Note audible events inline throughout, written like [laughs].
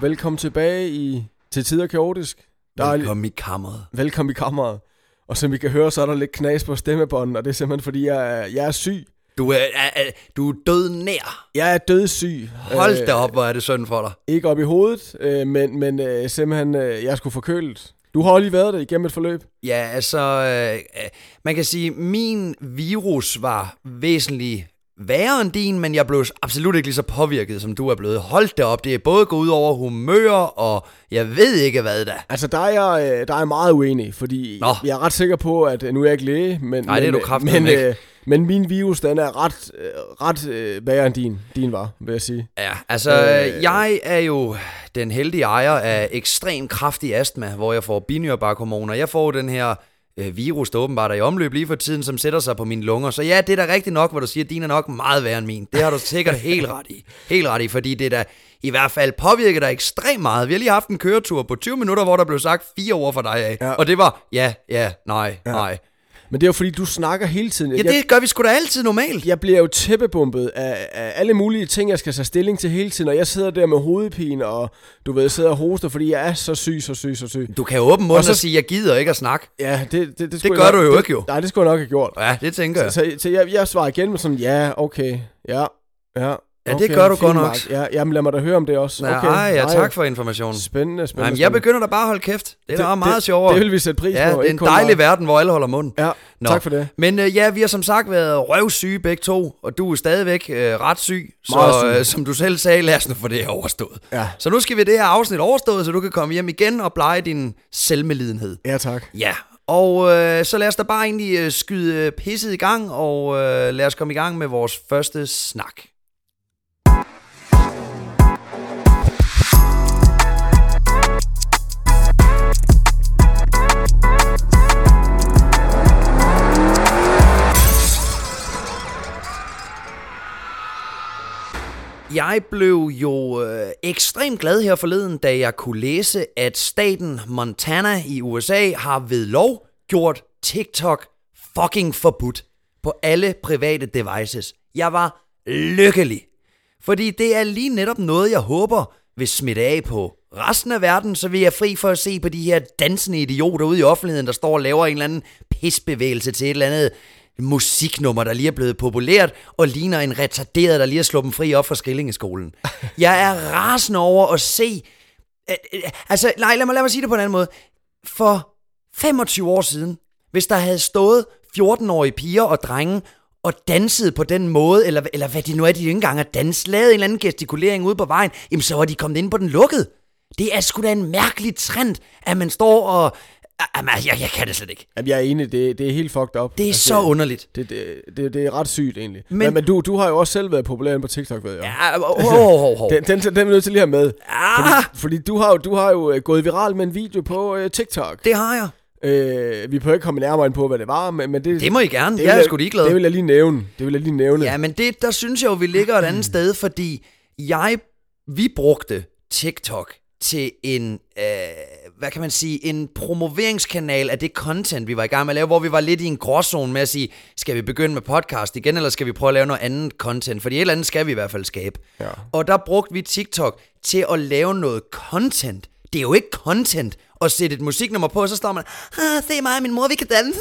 velkommen tilbage i Til tider kaotisk. Dejligt. Velkommen i kammeret. Velkommen i kammeret. Og som I kan høre, så er der lidt knas på stemmebånden, og det er simpelthen fordi, jeg er, jeg er syg. Du er, er, er, du er død nær. Jeg er dødssyg. Hold da op, hvor er det synd for dig. Øh, ikke op i hovedet, øh, men, men øh, simpelthen, øh, jeg er sgu forkølet. Du har lige været det igennem et forløb. Ja, altså, øh, øh, man kan sige, min virus var væsentligt værre end din, men jeg blev absolut ikke lige så påvirket, som du er blevet. Hold da op, det er både gået ud over humør, og jeg ved ikke hvad da. Altså, der er jeg, øh, der er jeg meget uenig, fordi Nå. Nå. jeg er ret sikker på, at øh, nu er jeg ikke læge, men, Nej, det er men, du øh, kraftedeme men, ikke. øh, men min virus, den er ret, øh, ret øh, værre end din, din var, vil jeg sige. Ja, altså, øh, jeg er jo den heldige ejer af ekstrem kraftig astma, hvor jeg får binyrebarkhormoner. Jeg får den her øh, virus, der åbenbart er i omløb lige for tiden, som sætter sig på mine lunger. Så ja, det er da rigtigt nok, hvor du siger, at din er nok meget værre end min. Det har du sikkert helt ret i. Helt ret i, fordi det der i hvert fald påvirker dig ekstremt meget. Vi har lige haft en køretur på 20 minutter, hvor der blev sagt fire ord for dig af. Ja. Og det var ja, ja, nej, ja. nej. Men det er jo fordi, du snakker hele tiden. Ja, det gør vi sgu da altid normalt. jeg bliver jo tæppebumpet af, af alle mulige ting, jeg skal tage stilling til hele tiden, og jeg sidder der med hovedpine, og du ved, sidder og hoster, fordi jeg er så syg, så syg, så syg. Du kan jo åbne munden og, så- og sige, jeg gider ikke at snakke. Ja, det, det, det, Det skulle gør jeg du jo det, ikke jo. Nej, det skulle jeg nok have gjort. Ja, det tænker jeg. Så, så jeg, jeg svarer igen med sådan, ja, okay, ja, ja. Ja, det okay, gør du fint godt nok. Mark. Ja, jamen lad mig da høre om det også. Ja, okay, okay. ej, ja, nej. tak for informationen. Spændende, spændende. Nej, men jeg spændende. begynder da bare at holde kæft. Det er da meget det, sjovere. Det vil vi sætte pris ja, på. det er en ikke kun dejlig Mark. verden, hvor alle holder mund. Ja, Nå. tak for det. Men øh, ja, vi har som sagt været røvsyge begge to, og du er stadigvæk øh, ret syg. Meget Så syg. øh, som du selv sagde, lad os nu få det her overstået. Ja. Så nu skal vi det her afsnit overstået, så du kan komme hjem igen og pleje din selvmelidenhed. Ja, tak. Ja, og øh, så lad os da bare egentlig øh, skyde øh, pisset i gang, og øh, lad os komme i gang med vores første snak. Jeg blev jo øh, ekstremt glad her forleden, da jeg kunne læse, at staten Montana i USA har ved lov gjort TikTok fucking forbudt på alle private devices. Jeg var lykkelig. Fordi det er lige netop noget, jeg håber vil smitte af på resten af verden, så vi er fri for at se på de her dansende idioter ude i offentligheden, der står og laver en eller anden pisbevægelse til et eller andet musiknummer, der lige er blevet populært, og ligner en retarderet, der lige har slået dem fri op fra skillingeskolen. Jeg er rasende over at se... at- at- Altså, nej, lad mig, lad mig sige det på en anden måde. For 25 år siden, hvis der havde stået 14-årige piger og drenge og danset på den måde, eller, eller hvad det nu er, de ikke engang har danset, lavet en eller anden gestikulering ude på vejen, jamen så var de kommet ind på den lukkede. Det er sgu da en mærkelig trend, at man står og... Jamen, altså, jeg, jeg kan det slet ikke. Jamen, jeg er enig, det, det er helt fucked up. Altså, Det er så underligt. Det, det, det, det er ret sygt egentlig. Men, Men- men, men du, du har jo også selv været populær inde på TikTok, ved jeg. Ja, Ah, hov, hov, hov, [laughs] hov. Den, den, den er vi nødt til lige at have med. Ah! Fordi, fordi du har jo, du har jo øh, gået viral med en video på øh, TikTok. Det har jeg. Øh, vi prøver ikke komme nærmere ind på, hvad det var, men, men det... Det må I gerne. vil Jeg er sgu ligeglad. Det vil jeg lige nævne. Det vil jeg lige nævne. Ja, men det, der synes jeg jo, vi ligger et andet sted, fordi jeg, vi brugte TikTok til en, øh, hvad kan man sige, en promoveringskanal af det content, vi var i gang med at lave, hvor vi var lidt i en gråzone med at sige, skal vi begynde med podcast igen, eller skal vi prøve at lave noget andet content? Fordi et eller andet skal vi i hvert fald skabe. Ja. Og der brugte vi TikTok til at lave noget content. Det er jo ikke content at sætte et musiknummer på, og så står man, ah, se mig og min mor, vi kan [laughs] danse.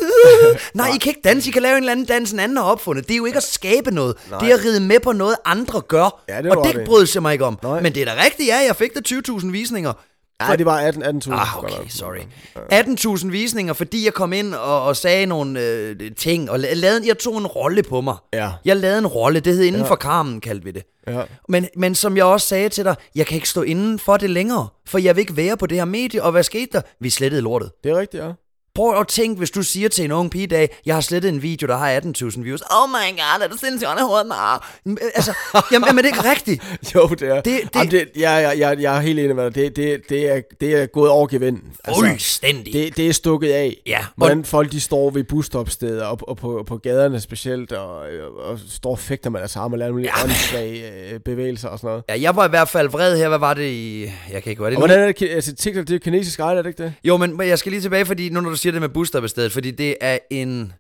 Nej, I kan ikke danse, I kan lave en eller anden dans, en anden har opfundet. Det er jo ikke at skabe noget. Nej. Det er at ride med på noget, andre gør. Ja, det og var det det. brød jeg mig ikke om. Nej. Men det er da rigtigt, ja, jeg fik da 20.000 visninger. Nej, det var 18 18.000. Ah, godt nok. okay, sorry. 18.000 visninger, fordi jeg kom ind og, og sagde nogle øh, ting, og la- lavede, jeg tog en rolle på mig. Ja. Jeg lavede en rolle, det hed inden ja. for karmen, kaldte vi det. Ja. Men, men som jeg også sagde til dig, jeg kan ikke stå inden for det længere, for jeg vil ikke være på det her medie, og hvad skete der? Vi slettede lortet. Det er rigtigt, ja. [laughs] Prøv at tænke, hvis du siger til en ung pige i dag, jeg har slettet en video, der har 18.000 views. Oh my god, er det sindssygt, han er hovedet mig. [laughs] Altså, jamen, jamen, det er ikke rigtigt. Jo, det er. Det- det- Jamen, det ja, ja, ja, jeg er helt enig med dig. Det, det, det, er, det er gået over gevind. Fuldstændig. Altså, det, det er stukket af. Ja, og- Hvordan folk de står ved busstopsteder og, og, på, på gaderne specielt, og, og står og fægter med deres arme og laver nogle ja. åndssvage øh, bevægelser og sådan noget. Ja, jeg var i hvert fald vred her. Hvad var det i... Jeg kan ikke være det. Og hvordan er det, ki- altså TikTok, det er jo kinesisk ejet, er det ikke det? Jo, men men jeg skal lige tilbage, fordi nu når du siger det med busstoppestedet, fordi det er en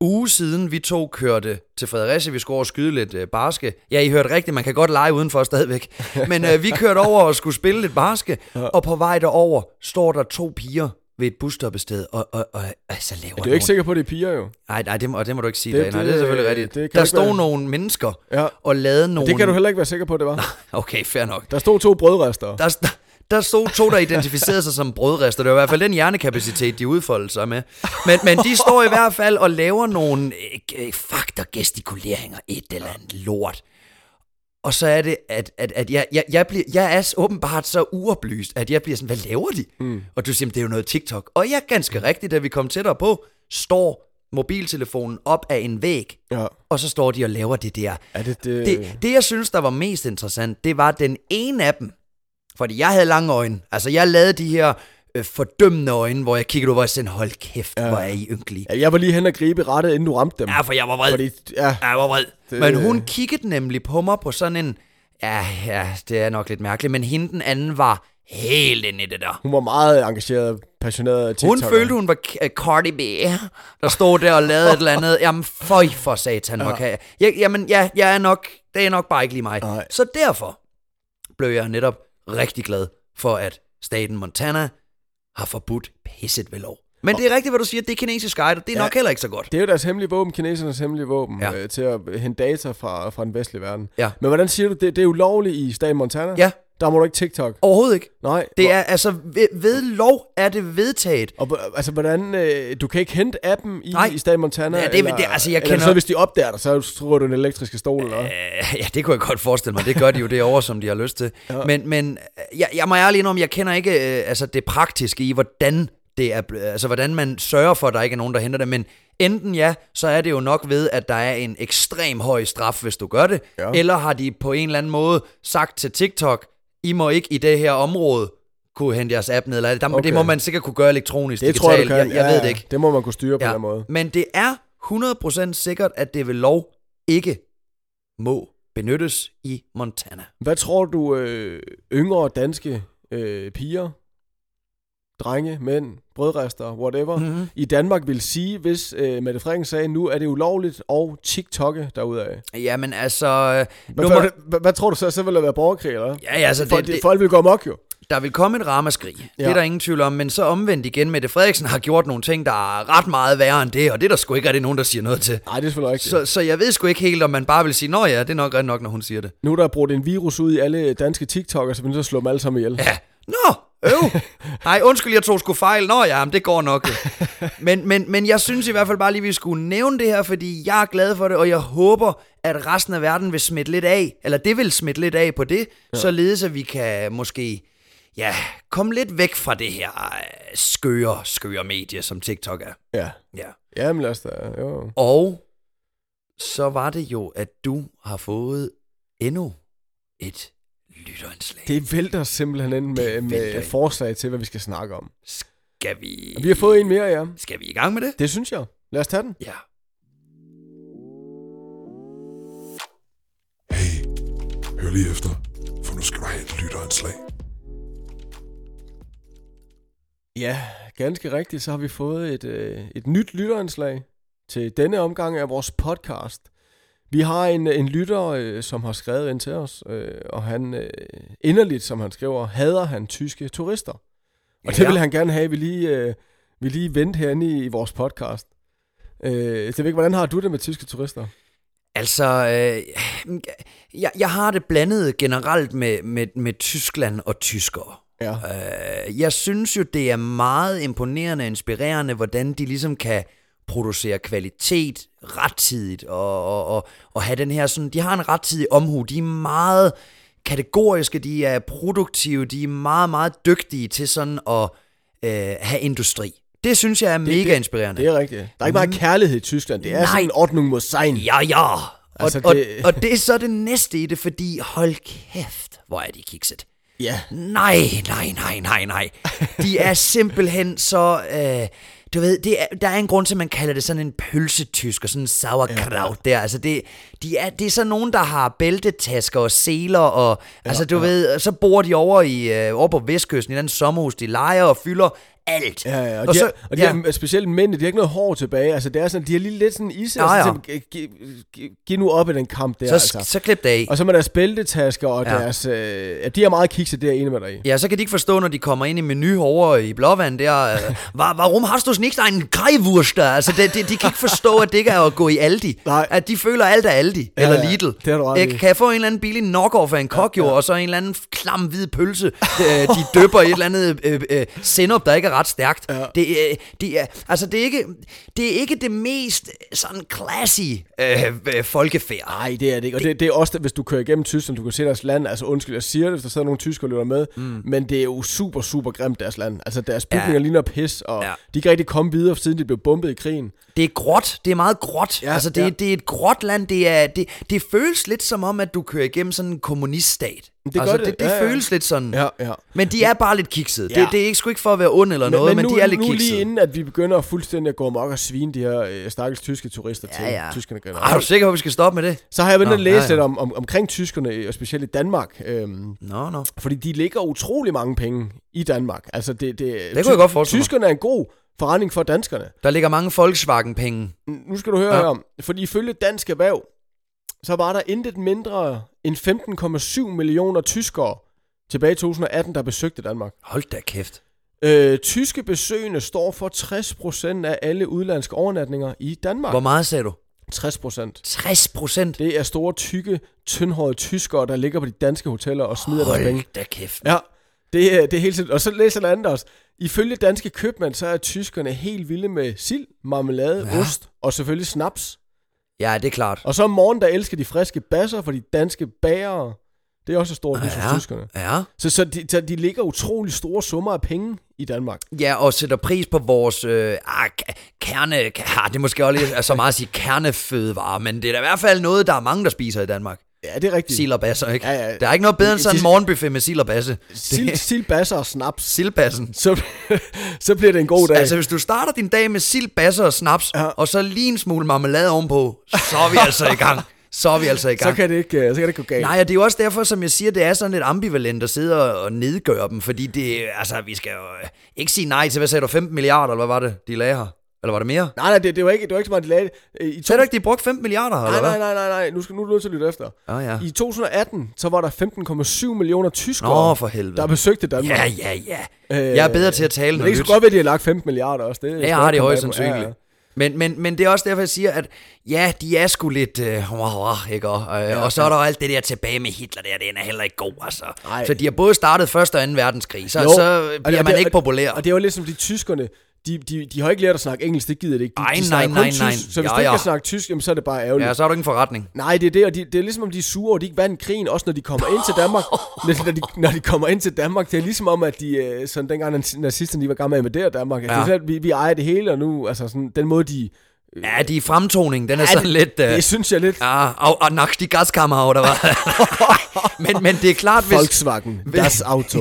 uge siden, vi to kørte til Fredericia. Vi skulle over og skyde lidt øh, barske. Ja, I hørte rigtigt, man kan godt lege udenfor stadigvæk. [laughs] Men øh, vi kørte over og skulle spille lidt barske, og på vej derover står der to piger ved et busstoppested, og, og, og altså laver Du er ikke sikker på, at det er piger jo. Nej, nej, det må, og det må du ikke sige. Det- Det, nej, det er det- selvfølgelig rigtigt. det kan der ikke stod være- nogle mennesker Ja. og lavede nogle... Det kan du heller ikke være sikker på, det var. Okay, fair nok. Der stod to brødrester. Der, st- der stod to, der identificerede sig som brødrester. Det var i hvert fald den hjernekapacitet, de udfoldede sig med. Men, men de står i hvert fald og laver nogle øh, faktorgestikuleringer, et eller andet lort. Og så er det, at, at, at jeg, jeg, jeg, bliver, jeg er s- åbenbart så uoplyst, at jeg bliver sådan, hvad laver de? Mm. Og du siger, "Men det er jo noget TikTok. Og jeg er ganske rigtigt, da vi kom tættere på, står mobiltelefonen op af en væg, Ja. og så står de og laver det der. Er det, det, Det, det, jeg synes, der var mest interessant, det var den ene af dem. Fordi jeg havde lange øjne. Altså, jeg lavede de her øh, fordømmende øjne, hvor jeg kiggede over og sagde, hold kæft, ja. hvor er I ynkelige. Ja, jeg var lige hen og gribe rettet, inden du ramte dem. Ja, for jeg var vred. Fordi, ja, Ja, jeg var vred. Det- Men hun kiggede nemlig på mig på sådan en... Ja, ja, det er nok lidt mærkeligt, men hende den anden var helt inde i det der. hun var meget engageret, passioneret TikToker. Hun følte, hun var K- øh, Cardi B, der stod der og lavede et eller andet. Jamen, føj for satan, hvor kan jeg. jeg jamen, ja, jeg er nok, det er nok bare ikke lige mig. Nej. Så derfor blev jeg netop rigtig glad for, at staten Montana har forbudt pisset ved lov. Men det er rigtigt, hvad du siger, det er kinesisk ejet, og det er ja. nok heller ikke så godt. Det er jo deres hemmelige våben, kinesernes hemmelige våben, Ja. ja. øh, til at hente data fra, fra den vestlige verden. Ja. Men hvordan siger du, det, det er ulovligt i staten Montana? Ja, Der må du ikke TikTok. overhovedet ikke. Nej. Det er altså, ved, ved lov er det vedtaget. Og h- altså, hvordan... Øh, du kan ikke hente appen i, Nej. i staten Montana? Ja, det- det- altså, jeg eller kender- så, hvis de opdager dig, så tror du den elektriske stol, eller hvad? Øh, ja, det kunne jeg godt forestille mig. Det gør de jo derovre, som de har lyst til. Ja. Men, men øh, jeg, jeg må ærligt indrømme, jeg kender ikke øh, altså det praktiske i, hvordan det er, ble- altså hvordan man sørger for, at der ikke er nogen, der henter det. Men enten ja, så er det jo nok ved, at der er en ekstrem høj straf, hvis du gør det. Ja. Ja. Eller har de på en eller anden måde sagt til TikTok, I må ikke i det her område kunne hente jeres app ned. Eller, der, okay. Det Okay. må man sikkert kunne gøre elektronisk, Det digitalt. tror jeg, du kan. Jeg, jeg ja, ved ja. det ikke. Det må man kunne styre på den måde. Men det er 100% sikkert, at det ved lov ikke må benyttes i Montana. Hvad tror du, øh, yngre danske øh, piger, drenge, mænd, brødrester, whatever, Mhm. mm-hmm. i Danmark vil sige, hvis øh, Mette Frederiksen sagde, nu er det ulovligt og TikTokke derudaf? Jamen altså, øh, Hvad, nummer, Nummer... hvad, hvad tror du så, så vil der være borgerkrig, eller hvad? ja, ja, altså Folk, det, det... det, folk vil gå amok jo. der vil komme et ramaskrig. Ja. Det er Ja. der ingen tvivl om, men så omvendt igen, Mette Frederiksen har gjort nogle ting, der er ret meget værre end det, og det er der sgu ikke rigtig nogen, der siger noget til. Nej, det er selvfølgelig rigtigt. Så... Så, så jeg ved sgu ikke helt, om man bare vil sige, nå ja, det er nok rigtig nok, når hun siger det. Nu er der brugt en virus ud i alle danske TikTok'er, så vi er nødt til at slå dem alle sammen ihjel. Ja. Ja, nå, øv. Nej, undskyld, jeg tog sgu fejl. Nå ja, men det går nok. Men, men, men jeg synes i hvert fald bare lige, vi skulle nævne det her, fordi jeg er glad for det, og jeg håber, at resten af verden vil smitte lidt af, eller det vil smitte lidt af på det, ja. således at vi kan måske, ja, komme lidt væk fra det her øh, skøre, skøre medie, som TikTok er. Ja. Ja. Jamen lad os da. Jo. Og så var det jo, at du har fået endnu et lytterindslag. Det vælter simpelthen ind med, vælter med ind. forslag til, hvad vi skal snakke om. Skal vi... Vi har fået en mere, ja. Skal vi i gang med det? Det synes jeg. Lad os tage den. Ja. Hey, hør lige efter, for nu skal du have et lytterindslag. Ja, ganske rigtigt, så har vi fået et, øh, et nyt lytterindslag til denne omgang af vores podcast. Vi har en, en lytter, øh, som har skrevet ind til os, øh, og han øh, inderligt, som han skriver, hader han tyske turister. Og ja. Ja. det vil han gerne have, at vi lige, øh, vi lige vente herinde i, i vores podcast. Øh, det ved ikke, hvordan har du det med tyske turister? Altså, øh, jeg, jeg har det blandet generelt med, med, med Tyskland og tyskere. Ja, Øh, jeg synes jo, det er meget imponerende og inspirerende, hvordan de ligesom kan producere kvalitet rettidigt og, og, og, og have den her sådan, de har en rettidig omhu, de er meget kategoriske, de er produktive, de er meget, meget dygtige til sådan at øh, have industri. Det synes jeg er mega inspirerende. det er rigtigt. Der er ikke bare kærlighed i Tyskland, det er Mm. Nej. sådan en ordning mod sein. Ja, ja. Altså, Altså, og, det... det- Og, og det er så det næste i det, fordi hold kæft, hvor er de kikset. Ja, Nej, nej, nej, nej, nej. De er simpelthen så... Øh, du ved, det er, der er en grund til, at man kalder det sådan en pølsetysk og sådan en sauerkraut ja. der. Altså det, de er, det er så nogen, der har bæltetasker og seler og... Ja, altså du ja. ved, så bor de over, i, øh, over på Vestkysten i den sommerhus, de leger og fylder alt. Ja, ja, og, Og de, så- så, og de ja. ja. Har, specielt mændene, de har ikke noget hår tilbage. Altså, det er sådan, de har lige lidt sådan is. Ja, Ja, ja. ja. Sådan, gi- gi- gi- giv nu op i den kamp der, Så, altså. så klip det af. Og så med deres bæltetasker og Ja. ja. deres... Øh, ja, de har meget kikset, det er jeg enig med dig i. Ja, så kan de ikke forstå, når de kommer ind i menu over i Blåvand der. [laughs] øh, Var, warum hast du nicht en Greivurst? der?" Altså, de, de, de kan ikke forstå, at det ikke er at gå i Aldi. Nej. At de føler, at alt er Aldi ja, Ja, eller ja, Lidl. det har du ret Ikke? i. Kan jeg få en eller anden billig knockoff af en kok, jo, og så en eller anden klam hvid pølse, øh, de døber i et eller andet øh, øh, sennep, der ikke er ret stærkt. Ja. Det, øh, det, er, altså, det, er ikke, det er ikke det mest sådan classy øh, øh, folkefærd. Nej, det er det ikke. Og det, det er også, hvis du kører igennem Tyskland, du kan se deres land. Altså undskyld, jeg siger det, hvis der sidder nogle tyskere og lytter med. Mm. Men det er jo super, super grimt, deres land. Altså deres bygninger Ja. ja. ligner pis, og Ja. Mm. ja. de kan rigtig komme videre, siden de blev bombet i krigen. Det er gråt. Det er meget gråt. Ja, Ja, altså, det, ja. ja. det er et gråt land. Det, er, det, det føles lidt som om, at du kører igennem sådan en kommuniststat. gør altså, det. Det, det Ja, ja, ja. føles lidt sådan. Ja, ja. Men de er bare lidt kiksede. Ja. Ja. Det, det er ikke sgu ikke for at være ond eller noget, men, men nu, de er lidt nu lige kiksede. inden, at vi begynder at fuldstændig at gå amok og svine de her øh, stakkels tyske turister til ja, ja. tyskerne. generelt. Ej, er du sikker på, at vi skal stoppe med det? Så har jeg været Nå, inde og læse ja, ja. lidt om, om, omkring tyskerne, øh, og specielt i Danmark. Øhm, Nå, nå. fordi de ligger utrolig mange penge i Danmark. Altså det, det, det kunne jeg godt forestille mig. Tyskerne er en god forretning for danskerne. Der ligger mange Volkswagen-penge. Nu skal du høre Ja. ja. om, fordi ifølge Dansk Erhverv, så var der intet mindre end 15,7 millioner tyskere tilbage i 2018, der besøgte Danmark. Hold da kæft. Øh, tyske besøgende står for 60% af alle udlandske overnatninger i Danmark. Hvor meget sagde du? 60%. 60 procent? Det er store, tykke, tyndhårede tyskere, der ligger på de danske hoteller og smider deres penge. Hold da kæft. Ja, det er, det er helt sindssygt. Og så læser der andet også. Ifølge danske købmænd, så er tyskerne helt vilde med sild, marmelade, Ja. ja. ost og selvfølgelig snaps. Ja, det er klart. Og så om morgenen, der elsker de friske basser for de danske bagere. Det er også et stort hus hos tyskerne. Ah, Ja. Så, så, de, så de ligger utrolig store summer af penge i Danmark. Ja, og sætter pris på vores øh, ah, k- kerne... k- Ah, det er måske også lige så meget at sige kernefødevarer, men det er da i hvert fald noget, der er mange, der spiser i Danmark. Ja, det er rigtigt. Sild og basser, ikke? Ja, ja. Der er ikke noget bedre end sådan en Det- morgenbuffet med sild og basse. Sild, sild, basser og snaps. Sildbassen. Så, [laughs] så bliver det en god dag. Altså, hvis du starter din dag med sild, basser og snaps, ja. og så lige en smule marmelade ovenpå, så [laughs] er vi altså i gang. Så er vi altså i gang. så, kan det ikke, øh, så kan det ikke gå galt. Nej, og det er jo også derfor, som jeg siger, det er sådan lidt ambivalent at sidde og, og nedgøre dem, fordi det, altså, vi skal jo øh, ikke sige nej til, hvad sagde du, 15 milliarder, eller hvad var det, de lagde her? Eller var det mere? nej, nej det, det, var ikke, det var ikke så meget, de lagde det. Øh, I to... Sagde du ikke, de brugte 15 milliarder, eller Nej, hvad? nej, nej, nej, nej. Nu, skal, nu er du nødt til at lytte efter. Åh, ja. I 2018, så var der 15,7 millioner tyskere, Nå, for helvede. der besøgte Danmark. Ja, ja, ja. Jeg er bedre til at tale, Men når det kan lytter. godt være, at de har lagt 15 milliarder også. Det, er Ja, stor jeg har det højst comeback. sandsynligt. Ja, ja. Men, men, men det er også derfor, jeg siger, at ja, de er sgu lidt... Øh, wah, wah, ikke? Og, øh, ja, og så er der jo alt det der tilbage med Hitler der, den er heller ikke god, altså. Nej. Så de har både startet 1. og 2. verdenskrig, så, Jo, så og bliver det- man og- ikke populær. Og det er jo lidt som de tyskerne, de, de, de har ikke lært at snakke engelsk, det gider det ikke. De, Ej, de snakker nej, kun nej, nej. Tysk, så hvis Ja, de ikke ja. kan snakke tysk, jamen, så er det bare ærgerligt. Ja, så er der ingen forretning. Nej, det er det, og de, det er ligesom om de er sure, og de ikke vandt krigen, også når de kommer ind til [laughs] Danmark. når, når, de, når de kommer ind til Danmark, det er ligesom om, at de, øh, sådan dengang naz- nazisterne, de var gamle med det Danmark. Ja. Det Ja. er sådan, at vi, vi ejer det hele, og nu, altså sådan, den måde, de... Ja, de fremtoning, den er sådan lidt... Øh, Øh. Det synes jeg lidt... Ja. ja, og, og nok de gaskammer, der [laughs] var. men, men det er klart, hvis... Volkswagen, das Auto.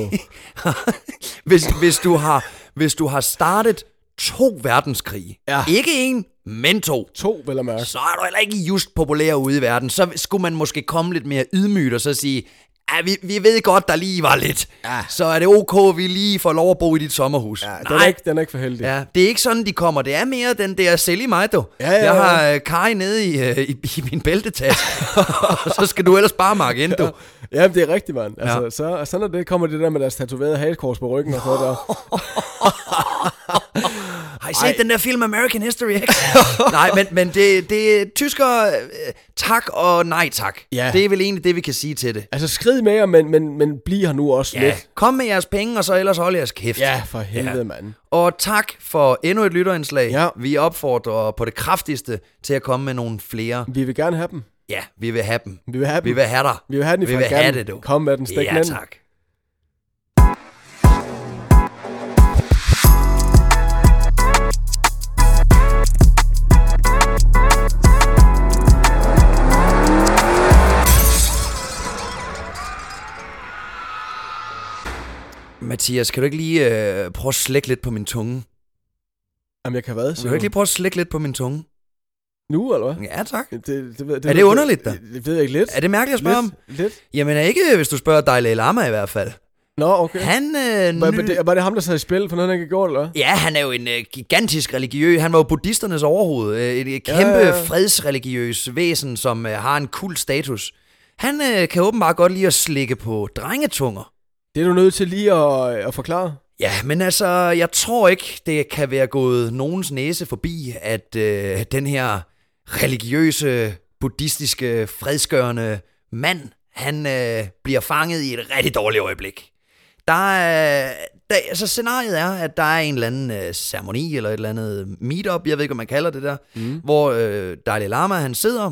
hvis, hvis, du har, hvis du har startet to verdenskrige, Ja. ikke en, men to, [laughs] to, vel at mærke. så er du heller ikke just populær ude i verden. Så skulle man måske komme lidt mere ydmygt og så sige, ja, vi, vi ved godt, der lige var lidt. Ja. Så er det ok, vi lige får lov at bo i dit sommerhus. Ja, Den er, ikke, den er ikke for heldig. Ja. Ja, det er ikke sådan, de kommer. Det er mere den der, sælg i mig, du. Ja, ja, Jeg ja. har øh, Kai nede i, øh, i, i min bæltetaske, og [laughs] så skal du ellers bare marke ind, du. Jamen, det er rigtigt, mand. Altså, ja. så, sådan er det, kommer det der med deres tatoverede halekors på ryggen og sådan noget der. Har I set Ej. den der film American History X? [laughs] nej, men, men det, det tysker øh, tak og nej tak. Ja. Det er vel egentlig det, vi kan sige til det. Altså, skrid med jer, men, men, men bliv her nu også Ja. lidt. Kom med jeres penge, og så ellers hold jeres kæft. Ja, for helvede, ja. mand. Og tak for endnu et lytterindslag. Ja. Vi opfordrer på det kraftigste til at komme med nogle flere. Vi vil gerne have dem. Ja, vi vil have dem. Vi vil have dem. Vi vil have dig. Vi vil have den i Vi vil have fregatten. det, du. Kom med den, stik ja, den ind. tak. Mathias, kan du ikke lige øh, prøve at slække lidt på min tunge? Jamen, jeg kan hvad? Kan du ikke lige prøve at slække lidt på min tunge? Nu, eller hvad? Ja, tak. Det, det, ved, det, Er det ved- underligt, da? Det, det ved jeg ikke lidt. Er det mærkeligt at spørge om? lidt, lidt. Jamen ikke, hvis du spørger Dalai Lama i hvert fald. Nå, okay. Han øh, Var, ny... var, det, var det ham, der sad i spil for noget, han ikke gjorde, eller hvad? Ja, han er jo en øh, gigantisk religiøs. Han var jo buddhisternes overhoved. Øh, et, et kæmpe ja, ja, ja. ja. fredsreligiøs væsen, som øh, har en kult status. Han øh, kan åbenbart godt lide at slikke på drengetunger. Det er du nødt til lige at, at forklare. Ja, men altså, jeg tror ikke, det kan være gået nogens næse forbi, at øh, den her religiøse, buddhistiske, fredsgørende mand, han øh, bliver fanget i et rigtig dårligt øjeblik. Der er, der, altså scenariet er, at der er en eller anden øh, ceremoni eller et eller andet meetup, jeg ved ikke, om man kalder det der, mm. hvor øh, Dalai Lama han sidder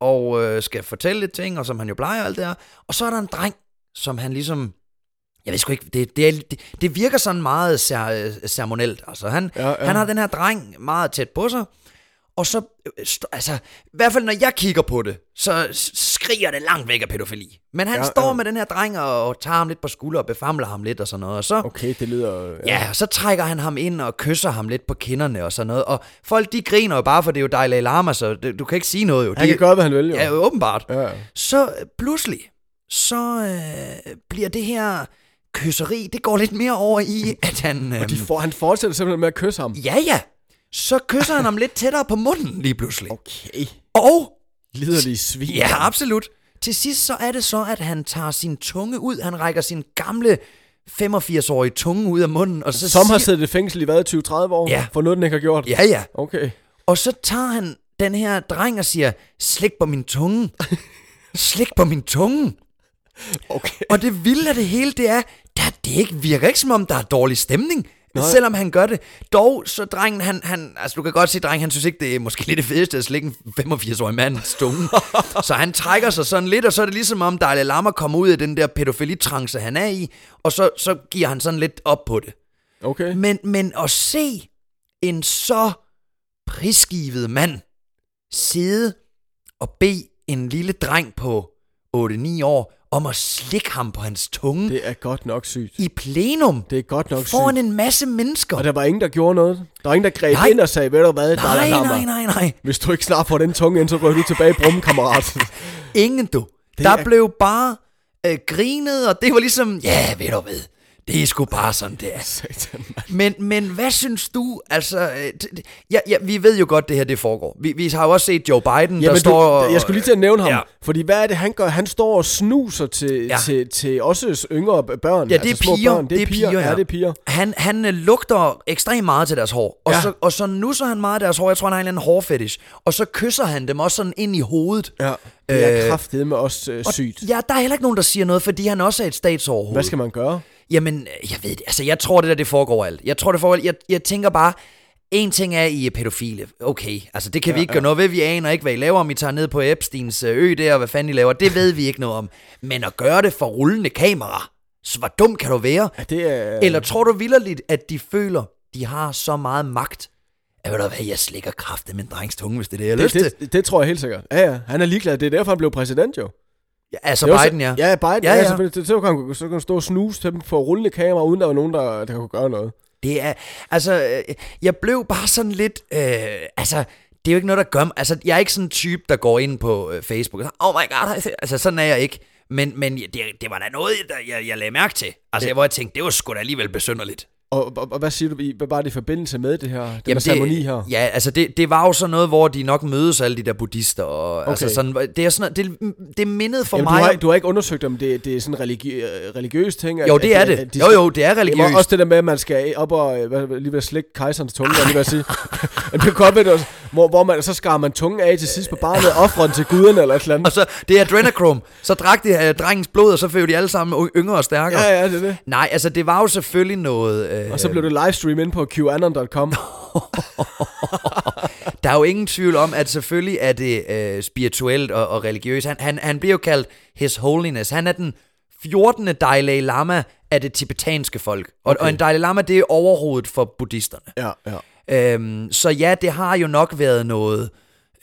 og øh, skal fortælle lidt ting, og som han jo plejer og alt det her. Og så er der en dreng, som han ligesom jeg ved sgu ikke, det, det, er, det, det virker sådan meget cer- ceremonielt. Altså, han, ja, Ja, ja. ja. han har den her dreng meget tæt på sig, og så, øh, st- altså, i hvert fald når jeg kigger på det, så s- skriger det langt væk af pædofili. Men han ja, Ja, står ja. ja. med den her dreng og, og tager ham lidt på skulder og befamler ham lidt og sådan noget, og så... Okay, det lyder... Ja, og så trækker han ham ind og kysser ham lidt på kinderne og sådan noget. Og folk, de griner jo bare, for det er jo Dalai Lama, så det, du kan ikke sige noget jo. Han de, kan gøre, hvad han vil, jo. Ja, åbenbart. Ja, ja. Så øh, pludselig, så øh, bliver det her kysseri, det går lidt mere over [laughs] i, at han... Øh, De for, han fortsætter simpelthen med at kysse ham. ja, ja. Så kysser han ham lidt tættere på munden lige pludselig. Okay. Og, Liderlige svin. ja, absolut. Til sidst så er det så, at han tager sin tunge ud. Han rækker sin gamle 85-årige tunge ud af munden. Og så Som har siger- siddet i fængsel i hvad, 20-30 år? Ja. For noget, den ikke har gjort? Ja, ja. Okay. Og så tager han den her dreng og siger, slik på min tunge. slik på min tunge. Okay. Og det vilde af det hele, det er, der, det ikke virker ikke som om, der er dårlig stemning. Nej. Selvom han gør det. Dog, så drengen, han, han, altså du kan godt se, drengen, han synes ikke, det er måske lige det fedeste at slikke en 85-årig mand tunge. så han trækker sig sådan lidt, og så er det ligesom om Dalai Lama kommer ud af den der pædofilitrance, han er i, og så, så giver han sådan lidt op på det. Okay. Men, men at se en så prisgivet mand sidde og bede en lille dreng på 8-9 år om at slikke ham på hans tunge det... Det er godt nok sygt. i plenum Det er godt nok foran sygt. en masse mennesker. Og der var ingen, der gjorde noget. Der var ingen, der greb Nej. ind og sagde, ved du hvad, Nej, Dalai Lama? nej, nej, nej. Hvis du ikke snart får den tunge ind, så rører du tilbage i brummen, [laughs] kammerat. Ingen du. Det der er... er- blev bare øh, grinet, og det var ligesom, ja, ved du hvad, det er sgu bare sådan, det er. Satan, mand. Men, men hvad synes du, altså, øh, d- d- ja, ja, vi ved jo godt, det her det foregår. Vi, vi har jo også set Joe Biden, Ja, der men står... du, jeg skulle lige til at nævne ham, Ja. ja. fordi hvad er det, han gør? Han står og snuser til, Ja. ja. til, til også yngre b- børn. Ja, det er altså små piger. Børn. Det, er piger, ja. det er piger. Han, han øh, lugter ekstremt meget til deres hår. Og, ja. Ja. så, og så nusser han meget af deres hår. Jeg tror, han har en eller anden hårfetish. Og så kysser han dem også sådan ind i hovedet. Ja. Det er øh, kraftedeme også øh, sygt. Ja, der er heller ikke nogen, der siger noget, fordi han også er et statsoverhoved. Hvad skal man gøre? Jamen, øh, jeg ved det. Altså, jeg tror, det der, det foregår alt. Jeg tror, det foregår alt. Jeg, jeg tænker bare, en ting er, I er pædofile. Okay, altså det kan ja, vi ikke ja. gøre noget ved. Vi aner ikke, hvad I laver, om I tager ned på Epsteins øh, ø der, og hvad fanden I laver. Det ved vi ikke noget om. Men at gøre det for rullende kamera, så hvor dum kan du være? Ja, det er... Eller tror du vilderligt, at de føler, de har så meget magt? Jeg ved da hvad, jeg slikker kraften med en drengs tunge, hvis det er det, jeg har lyst det, til. det, det tror jeg helt sikkert. Ja, ja. Han er ligeglad. Det er derfor, han blev præsident, jo. Ja, Altså Det var Biden, ja. så, Ja, Biden. Ja, Ja, ja. ja. ja selvfølgelig. det, så, kunne han, så kunne han stå og snuse til dem på rullende kamera, uden der var nogen, der, der kunne gøre noget. Det er, altså, øh, jeg blev bare sådan lidt, øh, altså, det er jo ikke noget, der gør mig. Altså, jeg er ikke sådan en type, der går ind på øh, Facebook og siger, oh my god, [laughs] har I set?" altså, sådan er jeg ikke. Men, men det, det var da noget, der, jeg, jeg lagde mærke til. Altså, ja. hvor jeg tænkte, det var sgu da alligevel besynderligt. Og, og, og hvad siger du, i- hvad var det i forbindelse med det her, den Jamen her ceremoni her? Ja, altså det, det var jo sådan noget, hvor de nok mødes, alle de der buddhister. Og, okay. altså Okay. sådan, det, er sådan, noget- det, det mindede for Jamen, du, mig... har, om- du har ikke undersøgt, om det, det er sådan religi- øh, religiøs ting? At, Jo, det er at- det. at de Jo, skal- jo, det er Jamen, religiøst. Også det der med, at man skal op og øh, hvad- hvad- lige ved at slikke kejserens tunge, var jeg lige ved at sige. Men det kan godt være, det er også- hvor, hvor man, så skar man tungen af til sidst på barnet, offrer den til guderne eller et eller Og andet. så, det er adrenochrome. Så drak de uh, drengens blod, og så blev de alle sammen u- yngre og stærkere. Ja, ja, det er det. Nej, altså det var jo selvfølgelig noget... Øh, Og så blev det livestream ind på qanon.com. der er jo ingen tvivl om, at selvfølgelig er det øh, spirituelt og, og religiøst. Han, han, han bliver jo kaldt His Holiness. Han er den 14. Dalai Lama af det tibetanske folk. Og, okay. og en Dalai Lama, det er overhovedet for buddhisterne. Ja, ja. Øhm, så ja, det har jo nok været noget...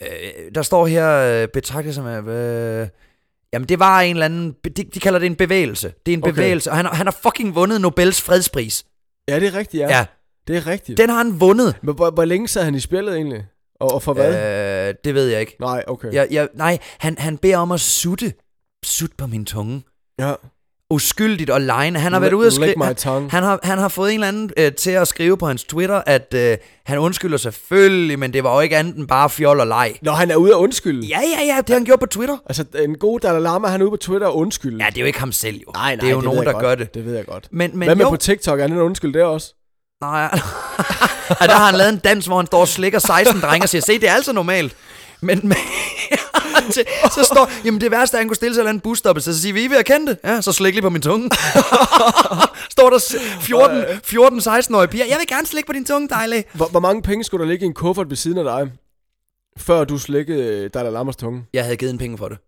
Øh, der står her øh, betragtet som... Øh, jamen, det var en eller anden... De, de kalder det en bevægelse. Det er en okay. Okay. bevægelse, og han, har- han har fucking vundet Nobels fredspris. Ja, det er rigtigt, ja. Ja, ja Det er rigtigt. den har han vundet. Men hvor, hvor længe sad han i spillet egentlig? Og, og for hvad? Øh, Øh, det ved jeg ikke. Nej, okay. Jeg, jeg, nej, han, han beder om at sutte. Sut på min tunge. ja. uskyldigt og lejende. Han har været Lick ude at my skrive... tongue. Han har, han har fået en eller anden øh, til at skrive på hans Twitter, at øh, han undskylder selvfølgelig, men det var jo ikke andet end bare fjol og leg. Når han er ude at undskylde. Ja, ja, ja, det har han gjort på Twitter. Altså, en god Dalai Lama, han er ude på Twitter og undskylde. Ja, det er jo ikke ham selv, jo. nej, nej, det er jo ved nogen, jeg der godt. gør det. Det ved jeg godt. Men, men Hvad med jo, på TikTok? Er han en undskyld der også? Nej. [laughs] Ej, der har han lavet en dans, hvor han står og slikker 16 drenge og siger, se, det er altså normalt. Men, [laughs] men til- så står, jamen det værste er, at han kunne stille sig i en busstoppe, så siger vi, I vil erkende det. Ja, så slik lige på min tunge. [laughs] står der s- 14, 14 16-årige piger, jeg vil gerne slikke på din tunge, dejlig. Hvor, hvor mange penge skulle der ligge i en kuffert ved siden af dig, før du slikkede øh, Dalai Lamas tunge? Jeg havde givet en penge for det.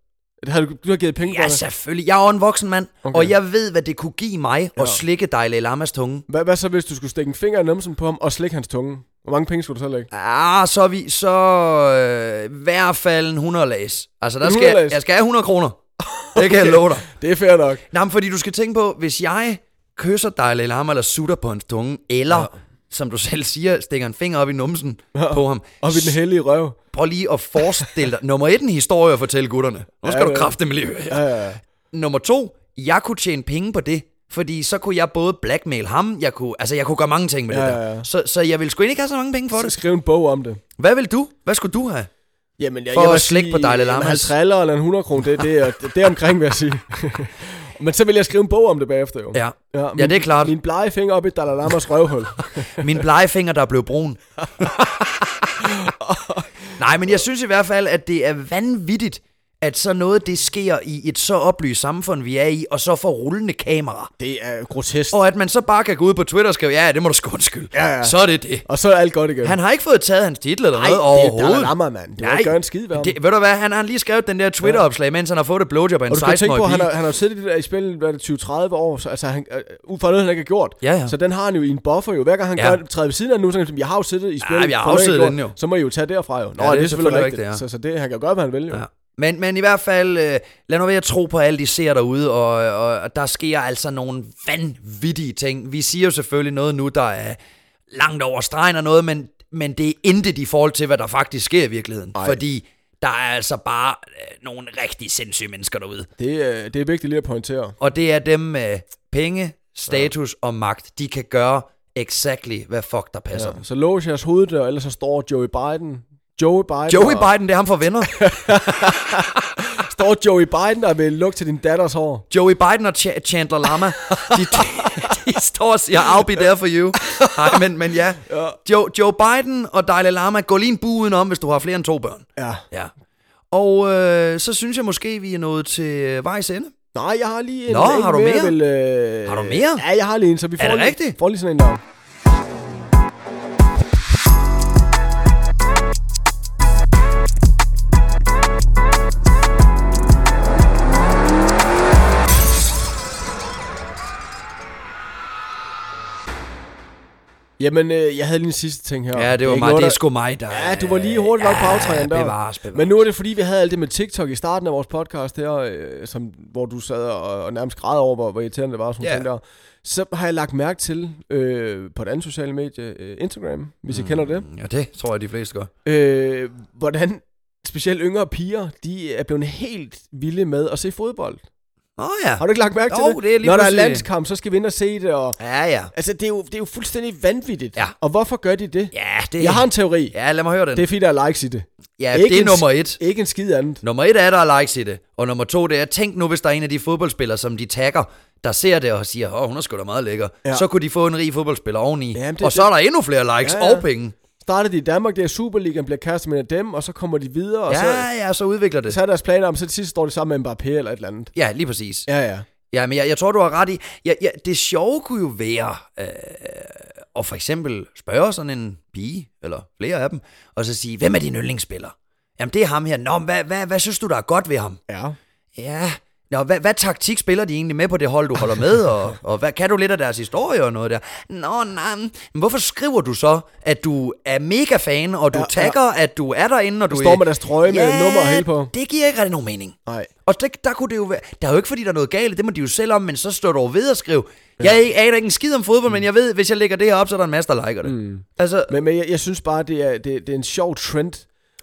Det har du, du har givet penge for Ja, det. selvfølgelig. Jeg er jo en voksen mand, Okay. okay. og jeg ved, hvad det kunne give mig at Ja. slikke Dalai Lamas tunge. Hvad, hvad så, hvis du skulle stikke en finger i numsen på ham og slikke hans tunge? Hvor mange penge skulle du så lægge? Ah, så er vi, så øh, i hvert fald en 100 lags. Altså, der En skal, 100 lags? jeg skal have [laughs] 100 kroner. Det kan jeg love dig. Det er fair nok. Nej, men fordi du skal tænke på, hvis jeg kysser Dalai Lama eller sutter på hans tunge, eller, ja. som du selv siger, stikker en finger op i numsen ja. på ham. Og ved den hellige røv. Prøv lige at [laughs] forestille dig. Nummer et, en historie at fortælle gutterne. Nu skal Ja, ja, du ja. kræfte med lige Ja, ja, ja. Nummer to, jeg kunne tjene penge på det. Fordi så kunne jeg både blackmail ham, jeg kunne, altså jeg kunne gøre mange ting med Ja, det der. ja, ja. Så, så jeg ville sgu egentlig ikke have så mange penge for Så det. skriv en bog om det. Hvad vil du? Hvad skulle du have? Jamen, jeg, For jeg at vil slække sige, på Dalai Lamas. En 50 eller en 100 kroner, det, det, er, det er omkring, vil jeg [laughs] sige. Men så vil jeg skrive en bog om det bagefter, jo. Ja. ja, det er klart. Min blege finger op i Dalai Lamas røvhul. Min blegefinger, der blev brun. Nej, men jeg synes i hvert fald, at det er vanvittigt, at så noget, det sker i et så oplyst samfund, vi er i, og så for rullende kamera. [laughs] Det er grotesk. Og at man så bare kan gå ud på Twitter og skrive, ja, det må du sgu undskylde. Ja, ja. Så er det det. Og så er alt godt igen. Han har ikke fået taget hans titel eller Nej, noget det er overhovedet. Dalai Lama, mand. Det Nej. Nej, gør en skid ved ham. det, ved du hvad, han har lige skrevet den der Twitter-opslag, mens han har fået det blowjob af en Og du skal tænke på, 16-årig at han pige. har, han har siddet i det der i spil hvad er det, 20-30 år, så, altså han, øh, ud fra noget, han ikke har gjort. Ja, ja. Så den har han jo i en buffer jo. Hver gang han Ja. ja. gør, træder ved siden af den nu, så kan han sige, jeg har jo siddet i spil. Ja, jeg har for noget, afsiddet ikke har den gjort." jo. Så må I jo tage derfra jo. Nå, det det, er er selvfølgelig selvfølgelig rigtigt. rigtigt, Så, så det, han kan jo gøre, hvad han vil jo. Ja. Men, men i hvert fald, øh, lad nu være at tro på alt, I ser derude, og, og, og der sker altså nogle vanvittige ting. Vi siger jo selvfølgelig noget nu, der er langt over stregen og noget, men, men det er intet i forhold til, hvad der faktisk sker i virkeligheden. Ej. Fordi der er altså bare øh, nogle rigtig sindssyge mennesker derude. Det, er- det er vigtigt lige at pointere. Og det er dem med penge, status ja. og magt. De kan gøre exactly, hvad fuck der passer ja. dem. Så lås jeres hoveddør, ellers så står Joey Biden. Joey Biden. Joey og, Biden, det er ham for venner. Står Joey Biden der vil lukke til din datters hår. Joey Biden og Ch- Chandler Lama, [laughs] de, de, de står og siger, I'll be there for you. Nej, men, men ja. Joe, Joe Biden og Dalai Lama, gå lige en bu udenom, hvis du har flere end to børn. Ja. Ja. Og øh, så synes jeg måske, vi er nået til øh, vejs ende. Nej, jeg har lige en, Nå, en har du mere? Vil, øh... Har du mere? Ja, jeg har lige en, så vi får, det lige, rigtigt? får lige sådan en der. Jamen, øh, jeg havde lige en sidste ting her. Ja, det er var ikke mig. noget, Det er der- sgu mig, der... Ja, du var lige hurtigt nok på aftrækkeren der. Bevares, bevares. Men nu er det fordi, vi havde alt det med TikTok i starten af vores podcast her, øh, som, hvor du sad og, og nærmest græd over, hvor, hvor irriterende det var, og sådan Ja. yeah. ting der. Så har jeg lagt mærke til øh, på et andet sociale medie, øh, Instagram, hvis mm. I kender det, Ja, det tror jeg, de fleste gør. øh, hvordan specielt yngre piger, de er blevet helt vilde med at se fodbold. Åh oh, ja. Har du ikke lagt mærke til Jo, det? det er lige Når der er pludselig- landskamp, så skal vi ind og se det. Og, Ja, ja. altså, det er, jo, det er jo fuldstændig vanvittigt. Ja. Og hvorfor gør de det? Ja, det... Jeg har en teori. Ja, lad mig høre den. Det er fordi, der er likes i det. ja, ikke det er en- nummer et. Ikke en skid andet. Nummer et er, der er likes i det. Og nummer to, det er, tænk nu, hvis der er en af de fodboldspillere, som de tagger, der ser det og siger, åh, hun er sgu da meget lækker. Ja. Ja. Så kunne de få en rig fodboldspiller oveni. Jamen, det, det- og så er der endnu flere likes ja, Ja, ja. ja. og penge. startede de i Danmark, det er Superligaen, bliver kastet med en af dem, og så kommer de videre, og Ja, så, ja, så udvikler det. så er deres planer om, så til sidst står de sammen med Mbappé eller et eller andet. Ja, lige præcis. Ja. Ja, ja. ja men jeg, jeg tror, du har ret i. Ja, ja, det sjove kunne jo være øh, at for eksempel spørge sådan en pige, eller flere af dem, og så sige, hvem er din yndlingsspiller? Jamen, det er ham her. Nå, men hvad, hvad, hvad synes du, der er godt ved ham? Ja. Ja. Nå, hvad, hvad taktik spiller de egentlig med på det hold, du holder [laughs] med, og, og hvad, kan du lidt af deres historie og noget der? Nå, nej, men hvorfor skriver du så, at du er mega fan, og du ja, tagger, ja. at du er derinde, og du Står med deres trøje med nummer og hele på. det giver ikke rigtig nogen mening. Nej. Og det, der kunne det jo være, der er jo ikke fordi, der er noget galt, det må de jo selv om, men så står du jo ved at skrive, ja. jeg aner ikke en skid om fodbold, mm. men jeg ved, hvis jeg lægger det her op, så er der en masse, der liker det. Mm. Altså, Men, men jeg, jeg synes bare, det er, det, det er en sjov trend.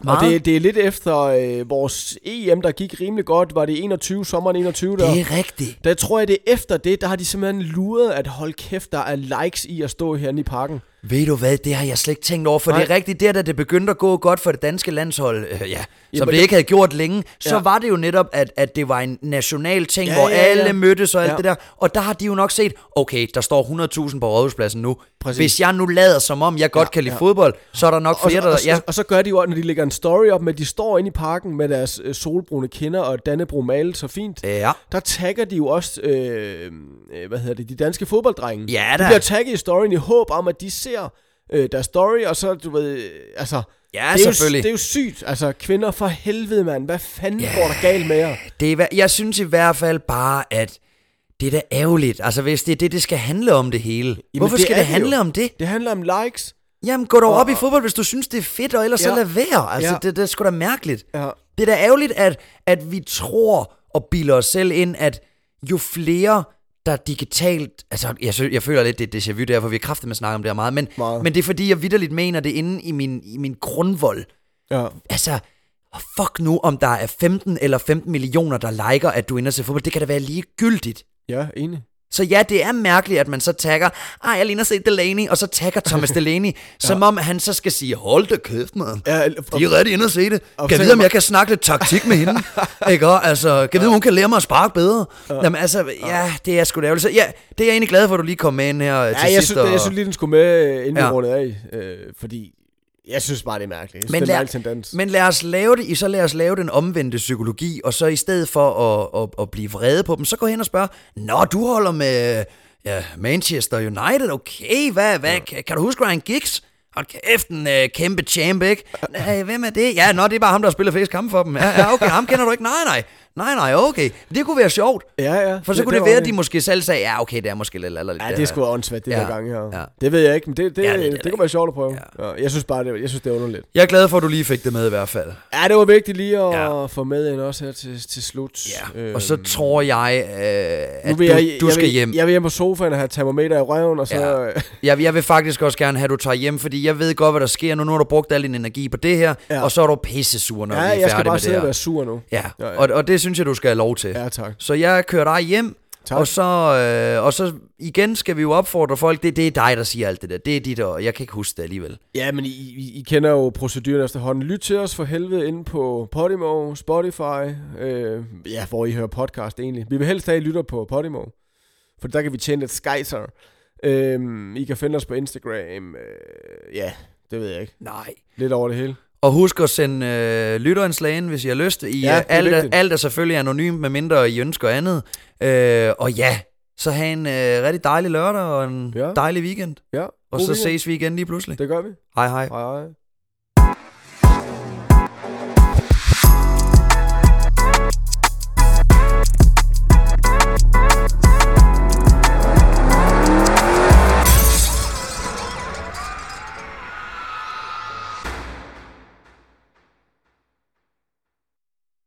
Og det, det er lidt efter øh, vores EM, der gik rimelig godt. Var det 21, sommeren 21? Der, det er rigtigt. der tror jeg, det er efter det, der har de simpelthen luret, at hold kæft, der er likes i at stå herinde i parken. Ved du hvad, det har jeg slet ikke tænkt over, for Nej. Nej. det er rigtigt, der da det begyndte at gå godt for det danske landshold, øh, ja, som Jamen, det det- ikke havde gjort længe, så Ja. var det jo netop, at, at det var en national ting, ja, Ja, hvor ja, ja, ja. ja. alle mødtes og alt ja. Ja. det der, og der har de jo nok set, okay, der står 100.000 på rådhuspladsen nu, Præcis. Præcis. hvis jeg nu lader som om, jeg godt ja, kan lide ja. fodbold, så er der nok Og, flere, og, der... og, Ja, og, så gør de jo, når de lægger en story op med, at de står inde i parken med deres øh, solbrune kinder og Dannebro malet så fint. ja. Der tagger de jo også, øh, øh, hvad hedder det, de danske fodbolddrenge. Ja, de da. bliver tagget i storyen i håb om, at de ser øh, deres story, og så, du ved, øh, altså... ja det er, jo, selvfølgelig. det er jo sygt. Altså, kvinder for helvede, mand. Hvad fanden yeah. går der galt med jer? Det er, i hver- jeg synes i hvert fald bare, at det er da ærgerligt. Altså, hvis det er det, det skal handle om det hele. Jamen, Hvorfor det skal er det det handle jo. om det? Det handler om likes. Jamen, gå dog Og- op i fodbold, hvis du synes, det er fedt, og ellers ja. så Ja. lad være. Altså, ja. Ja. det, det er sgu da mærkeligt. Ja. Det er da ærgerligt, at, at vi tror og bilder os selv ind, at jo flere der digitalt... Altså, jeg, sy- jeg føler lidt, det er déjà vu, derfor vi har kraftet med at snakke om det her meget, men, Meget. men det er fordi, jeg vidderligt mener det inde i min, i min grundvold. ja. Altså, fuck nu, om der er 15 eller 15 millioner, der liker, at du er inde og ser fodbold. Det kan da være ligegyldigt. Ja, enig. Så ja, det er mærkeligt, at man så tagger, ej, jeg ligner set Delaney, og så tagger [laughs] Thomas Delaney, som om han så skal sige, hold da kæft, mand. Ja, De er rigtig inde og se det. Kan jeg fortæl vide, om mig- jeg kan snakke lidt taktik med [laughs] hende? ikke? også? Altså, kan jeg vide, om hun kan lære mig at sparke bedre? Jamen altså, ja, det er sgu da ærgerligt. Så ja, det er jeg egentlig glad for, at du lige kom med ind her øh, til ja, jeg, sidst. synes, jeg og- synes lige, den skulle med, øh, inden Ja. vi rundede af. Øh, fordi jeg synes bare, det er mærkeligt. Jeg synes, det Men er en lad- mærkelig tendens. Men lad os lave det, i- så lad os lave den omvendte psykologi, og så i stedet for at, at, at blive vrede på dem, så gå hen og spørg, Nå, du holder med ja, Manchester United, okay, hvad, hvad, kan, kan du huske Ryan Giggs? Hold kæft, en øh, kæmpe champ, ikke? Øh, hvem er det? Ja, nå, det er bare ham, der spiller flest kampe for dem. Ja, ja, okay, ham kender du ikke? Nej, nej. Nej, nej, okay. Det kunne være sjovt. Ja, ja. For så kunne det, var være, at okay. de måske selv sagde, ja, okay, det er måske lidt lallerligt. Ja, det er sgu åndssvagt, det Ja. ja. her gang her. Ja. Ja. Det ved jeg ikke, men det, det, Ja, ja, det det, er det det, det ikke. kunne være sjovt at prøve. Ja. Jeg synes bare, det, jeg synes, det er underligt. Jeg er glad for, at du lige fik det med i hvert fald. Ja, det var vigtigt lige at Ja. ja. få med ind også her til, til slut. Øhm, Ja, og så tror jeg, øh, nu at vil du, jeg, du jeg skal vil, hjem. Jeg vil hjem på sofaen og have termometer i røven, og så... Ja. Ja. Jeg, jeg vil faktisk også gerne have, at du tager hjem, fordi jeg ved godt, hvad der sker nu. Nu har du brugt al din energi på det her, ja. Ja. og så er du pissesur, når vi ja, er jeg skal færdige bare med det sidde og her. være sur nu. Ja, Ja, ja. og, og det synes jeg, du skal have lov til. Ja. Ja, tak. Så jeg kører dig hjem, Tak. og så, øh, og så igen skal vi jo opfordre folk. Det, det er dig, der siger alt det der. Det er dit, og jeg kan ikke huske det alligevel. Ja, men I, I, I kender jo proceduren efterhånden. Lyt til os for helvede inde på Podimo, Spotify, øh, ja, hvor I hører podcast egentlig. Vi vil helst have, at I lytter på Podimo, for der kan vi tjene lidt skejser. Øh, I kan finde os på Instagram, øh, ja, det ved jeg ikke. Nej. Lidt over det hele. Og husk at sende øh, lytterindslag ind, hvis I har lyst. I, Ja, ja, det er alt, er, vigtigt. alt er selvfølgelig anonymt, medmindre I ønsker andet. Øh, og ja, så have en øh, rigtig dejlig lørdag og en ja. Ja. dejlig weekend. Ja, Og god så weekend. ses vi igen lige pludselig. Det gør vi. Hej hej. Hej, hej.